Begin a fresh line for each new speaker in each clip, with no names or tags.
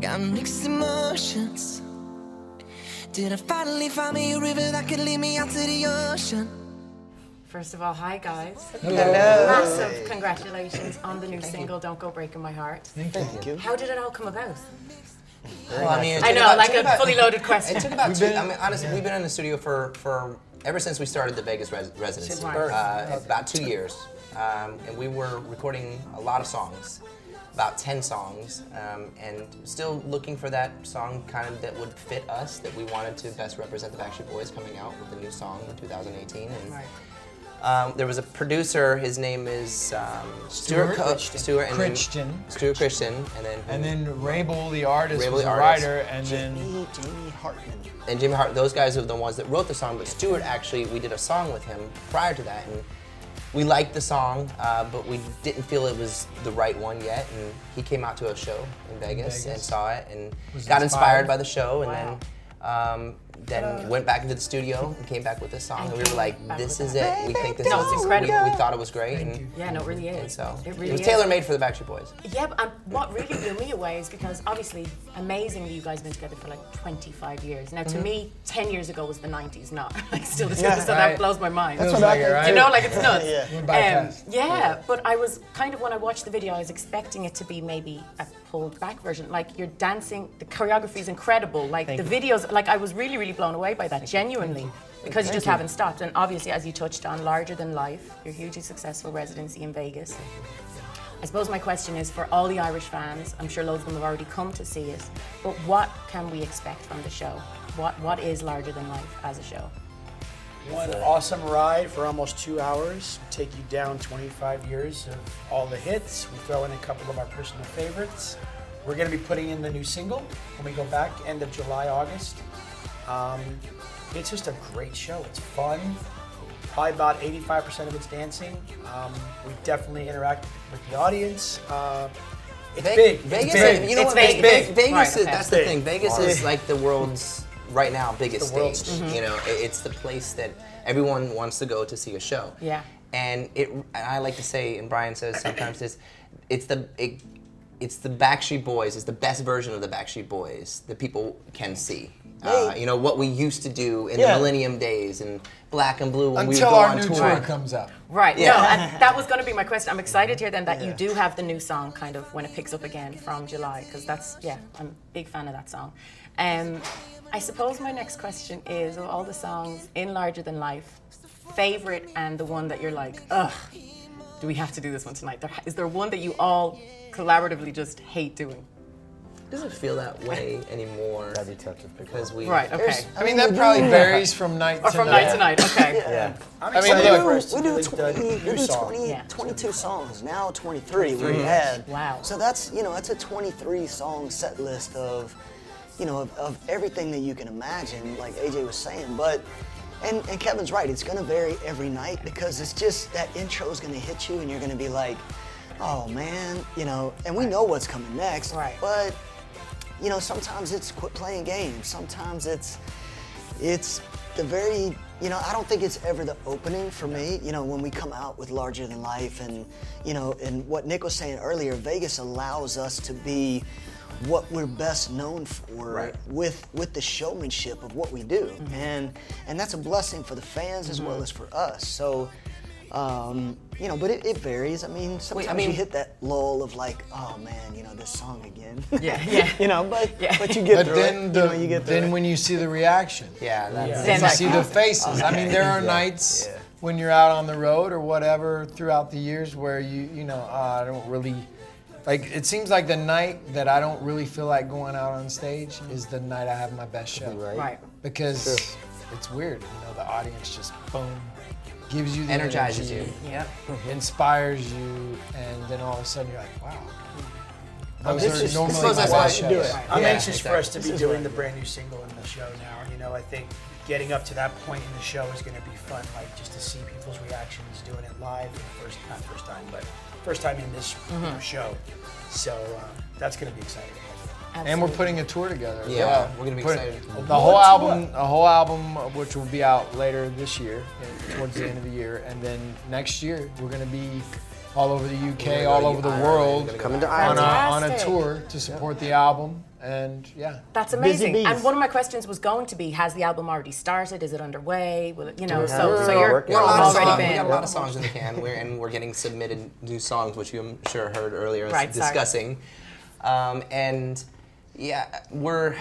Got mixed emotions. Did I finally find me a river that could lead me out to the ocean?
First of all, hi guys.
Hello.
Massive congratulations on the new single "Don't Go Breaking My Heart."
Thank you.
How did it all come about?
Well, I mean, it
I
took
know,
about-
like
took
a
about-
fully loaded
It took
question.
about two. I mean, honestly, we've been in the studio for for ever since we started the Vegas res- residency.
Since birth.
Uh, about two years, um, and we were recording a lot of songs, about ten songs, um, and still looking for that song kind of that would fit us, that we wanted to best represent the Backstreet Boys coming out with a new song in 2018. And,
Right.
um, there was a producer. His name is um, Stuart
Stuart
Co-
Crichton.
Stuart and then-
Crichton.
Stuart Christian, and then
And then Rabel, the artist,
Rabel,
was
the
a
artist.
writer, and then
Jamie, Jamie Hartman.
and Jimmy Hart, those guys are the ones that wrote the song. But Stewart actually, we did a song with him prior to that, and we liked the song, uh, but we didn't feel it was the right one yet. And he came out to a show in Vegas,
Vegas.
and saw it, and
Was
got
inspired.
inspired by the show, and then. Um, then went back into the studio and came back with this song, and we were like,
Back
"This
with
is
that.
it. We think this
No,
is
it's incredible.
We, we thought it was great, and,
Yeah, no, it really is.
and so
it really
was
is.
tailor made for the Backstreet Boys.
Yeah, but um, what really blew me away is because obviously, amazingly, you guys have been together for like 25 years. Now, to me, 10 years ago was the 90s, not like still the 90s, so
right.
that blows my mind.
Feels
what
like
I
it,
think.
right?
you know, like it's nuts.
Yeah.
Went by
Um,
fast.
yeah, but I was kind of when I watched the video, I was expecting it to be maybe a pulled back version. Like you're dancing, the choreography is incredible. Like the videos, like I was really, really blown away by that, genuinely, because you just haven't stopped. And obviously, as you touched on, larger than life, your hugely successful residency in Vegas. I suppose my question is for all the Irish fans. I'm sure loads of them have already come to see it, but what can we expect from the show? What what is larger than life as a show?
One awesome ride for almost two hours. Take you down 25 years of all the hits. We throw in a couple of our personal favorites. We're going to be putting in the new single when we go back, end of July, August. Um, it's just a great show. It's fun. Probably about 85% of it's dancing. Um, we definitely interact with the audience. Uh, it's
Ve-
big.
Vegas,
it's big.
you know
It's
what?
big.
Vegas,
Big.
Vegas
Right,
is
okay.
that's the
Big.
thing. Vegas
Right.
is like the world's right now biggest
the world's
stage. You know, It- it's the place that everyone wants to go to see a show.
Yeah.
And it, and I like to say, and Brian says sometimes this, it's the it, it's the Backstreet Boys. It's the best version of the Backstreet Boys that people can see. Uh, you know what we used to do in
Yeah.
the Millennium days and Black and Blue when we would
until
go
our
on
new
tour.
tour comes up.
Right.
Yeah.
No, and that was going to be my question. I'm excited here then that you do have the new song kind of when it picks up again from July because that's yeah, I'm a big fan of that song. Um, I suppose my next question is of all the songs in Larger Than Life, favorite and the one that you're like, ugh, do we have to do this one tonight? There, is there one that you all collaboratively just hate doing?
doesn't feel that way anymore.
That'd be tough to pick
because we
Right. Okay.
I mean, that probably varies from night
Or
to
from night to night. Okay.
Yeah.
I'm
I mean,
excited
look-
for
We
us to
do
release the
20, we
new
do
song.
20,
Yeah.
22 songs now, 23 we had.
Wow.
So that's you know that's a 23 song set list of, you know, of, of everything that you can imagine. Like AJ was saying, but. And, and Kevin's right, it's gonna vary every night because it's just that intro is gonna hit you and you're gonna be like, oh man, you know, and we know what's coming next.
Right.
But, you know, sometimes it's quit playing games, sometimes it's, it's the very you know i don't think it's ever the opening for me you know when we come out with larger than life and you know and what nick was saying earlier vegas allows us to be what we're best known for
Right.
with with the showmanship of what we do and and that's a blessing for the fans as well as for us so um, you know, but it, it varies. I mean, sometimes
mean-
you hit that lull of like, oh man, you know, this song again.
Yeah, yeah.
you know, but
Yeah.
but you get
But
through
then,
it.
the,
you know, you get through
then
it.
when you see the reaction,
Yeah, that's
Then
you
like-
see the faces. I mean, there are nights
Yeah.
when you're out on the road or whatever throughout the years where you, you know, uh, I don't really. Like it seems like the night that I don't really feel like going out on stage is the night I have my best show.
Right.
Right.
because it's weird. You know, the audience just boom gives you the
energizes
energy,
you.
Yep.
inspires you, and then all of a sudden you're like, wow. Those
this
are
is-
normally
this is
my
why
best
you do
shows.
it.
I'm
Yeah,
anxious for us to
exactly.
be doing the brand new single in the show now. You know, I think getting up to that point in the show is going to be fun, like just to see people's reactions doing it live for the first not first time, but first time in this you
Mm-hmm.
know, show. So uh, that's going to be exciting.
And we're putting a tour together. as
Yeah,
well.
we're gonna be
Put-
excited.
The whole album, a whole album, uh, which will be out later this year, uh, towards the end of the year, and then next year we're gonna be all over the
We're
UK,
gonna
all
go
over the
to
world,
Ireland,
Coming
we're
to
gonna
on a,
Ireland.
on a
Fantastic.
tour to support the album. And yeah,
That's
Busy
amazing.
bees.
And one of my questions was going to be, has the album already started? Is it underway? Will it, you know, so,
We're-
so you're,
we're
you're
go.
on
A lot of songs-
already
We got a
been.
lot of songs in the can, we're, and we're getting submitted new songs, which you I'm sure heard earlier us
Right, sorry.
discussing. Um, and yeah, we're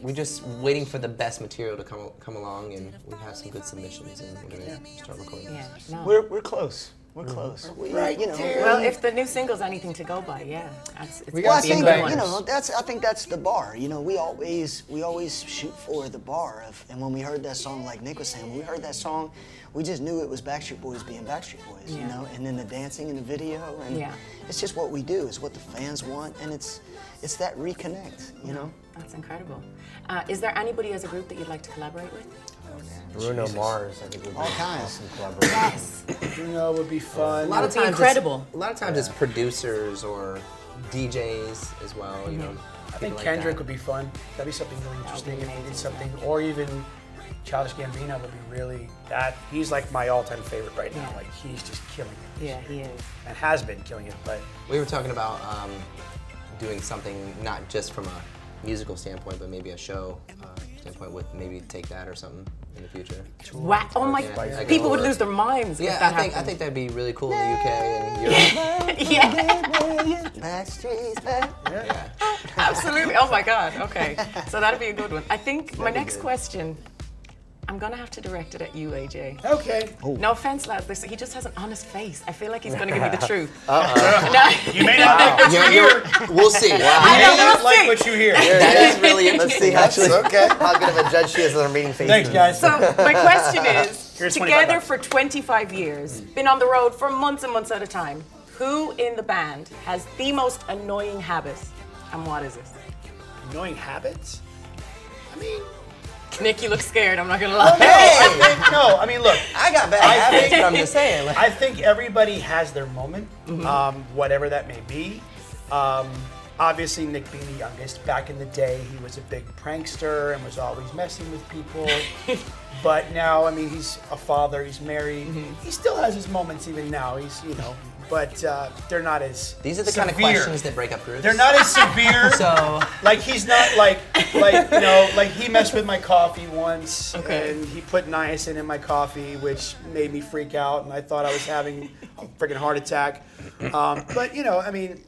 we're just waiting for the best material to come come along, and we have some good submissions, and we're gonna start recording.
Yeah, no.
We're, we're close. We're close. We,
Right
you know,
there.
Well, if the new single's anything to go by, yeah. That's, it's
We
Well, I
Gotta be
think
in bangers.
you know that's. I think that's the bar. You know, we always we always shoot for the bar of. And when we heard that song, like Nick was saying, when we heard that song, we just knew it was Backstreet Boys being Backstreet Boys. You
Yeah.
know, and then the dancing in the video, and
Yeah.
it's just what we do. It's what the fans want, and it's it's that reconnect. You know,
That's incredible. Uh, is there anybody as a group that you'd like to collaborate with?
Mm-hmm.
Bruno Mars, I think would be
all kinds.
awesome collaboration.
Yes.
Bruno would be fun.
A lot of
It'd be
times, it's-
incredible.
A lot of times, it's producers or DJs as well. You
Mm-hmm.
know,
I think Kendrick would be fun. That'd be something really
would be
interesting if he
amazing,
did something. Or even Childish Gambino would be really that. He's like my all-time favorite right now.
Yeah.
Like he's just killing it.
Yeah, he is.
And has been killing it. But
We were talking about um, doing something not just from a musical standpoint, but maybe a show uh, standpoint with maybe take that or something in the future.
Wow. Oh my,
Yeah, I go
people would
over.
lose their minds
Yeah,
if that
I think I
happened.
think that'd be really cool in the UK and Europe.
yeah,
Backstreet's back.
absolutely. Oh my God. Okay. So that'd be a good one. I think my
That'd be
next
good.
question, I'm going to have to direct it at you, AJ.
okay.
No offense, lad. This, he just has an honest face. I feel like he's going to give me the truth.
You may not like what you hear.
we'll see.
You may
know,
not
we'll
like
see.
what you hear.
That is really
Let's
interesting.
see how, okay. how good of a judge she is on her meeting faces.
Thanks, guys.
So my question is:
Here's 25
together
bucks.
for 25 years, been on the road for months and months at a time. Who in the band has the most annoying habit, and what is it?
Annoying habits? I mean,
Nick, you look scared. I'm not gonna
no,
lie.
I think, no, I mean, look,
I got bad
I
habits,
think-
but I'm just saying. Like, Mm-hmm.
I think everybody has their moment, um, whatever that may be. Um, obviously, Nick being the youngest, back in the day, he was a big prankster and was always messing with people. but now, I mean, he's a father, he's married,
Mm-hmm.
he still has his moments even now. He's, you know, but uh, they're not as
these are the kind of
severe.
questions that break up groups.
They're not as severe.
So
Like he's not like like you know like he messed with my coffee once
Okay.
and he put niacin in my coffee which made me freak out and I thought I was having a freaking heart attack. Um, but you know I mean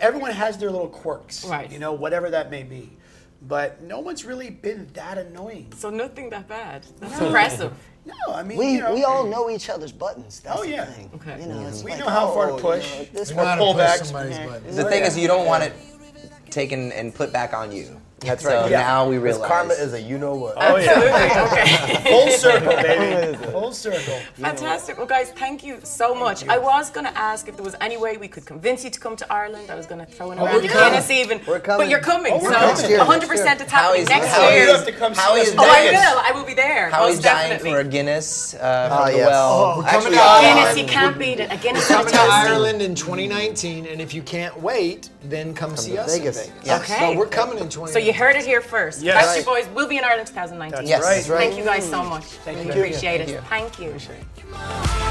everyone has their little quirks,
Right.
You know whatever that may be, but no one's really been that annoying.
So nothing that bad. That's impressive.
No, I mean
We,
you know,
we all know each other's buttons. That's
Oh,
the
yeah. Mm-hmm.
thing.
Okay.
You know, it's
We
like,
know how far to
oh, you
push.
know, this
you
one-
know how to
pullbacks.
push somebody's buttons.
the thing
Oh, yeah.
is, you don't want it taken and put back on you.
That's
So
right.
Yeah.
now we
'Cause
realize
Karma is a you know what.
oh yeah
okay.
full circle baby full circle.
Fantastic. Well, guys, thank you so much. I was going to ask if there was any way we could convince you to come to Ireland. I was going to throw in around
we're
the
coming.
Guinness even.
We're coming.
But you're coming,
Oh, we're
so
coming. Next
year,
100% it's happening
Howie's-
next
Howie's-
year.
You have to come see
Howie
us
is
in
Oh, I
Vegas.
will. I will be there.
Howie's
most
dying
definitely.
for a Guinness uh, from
Ah,
the
yes.
well.
Oh, we're
Actually,
coming to
uh,
Ireland.
Guinness, you can't beat it. A Guinness
Come to
Guinness.
Ireland in 2019, and if you can't wait, then come, see
to
us
Vegas.
in Vegas.
Yeah.
Okay.
So we're coming in 2019.
So you heard it here first.
Yes.
Backstreet Boys will be in Ireland 2019.
That's
Yes.
right.
That's
Thank you guys so much. Thank
you.
Appreciate
Thank
it.
you.
Thank you.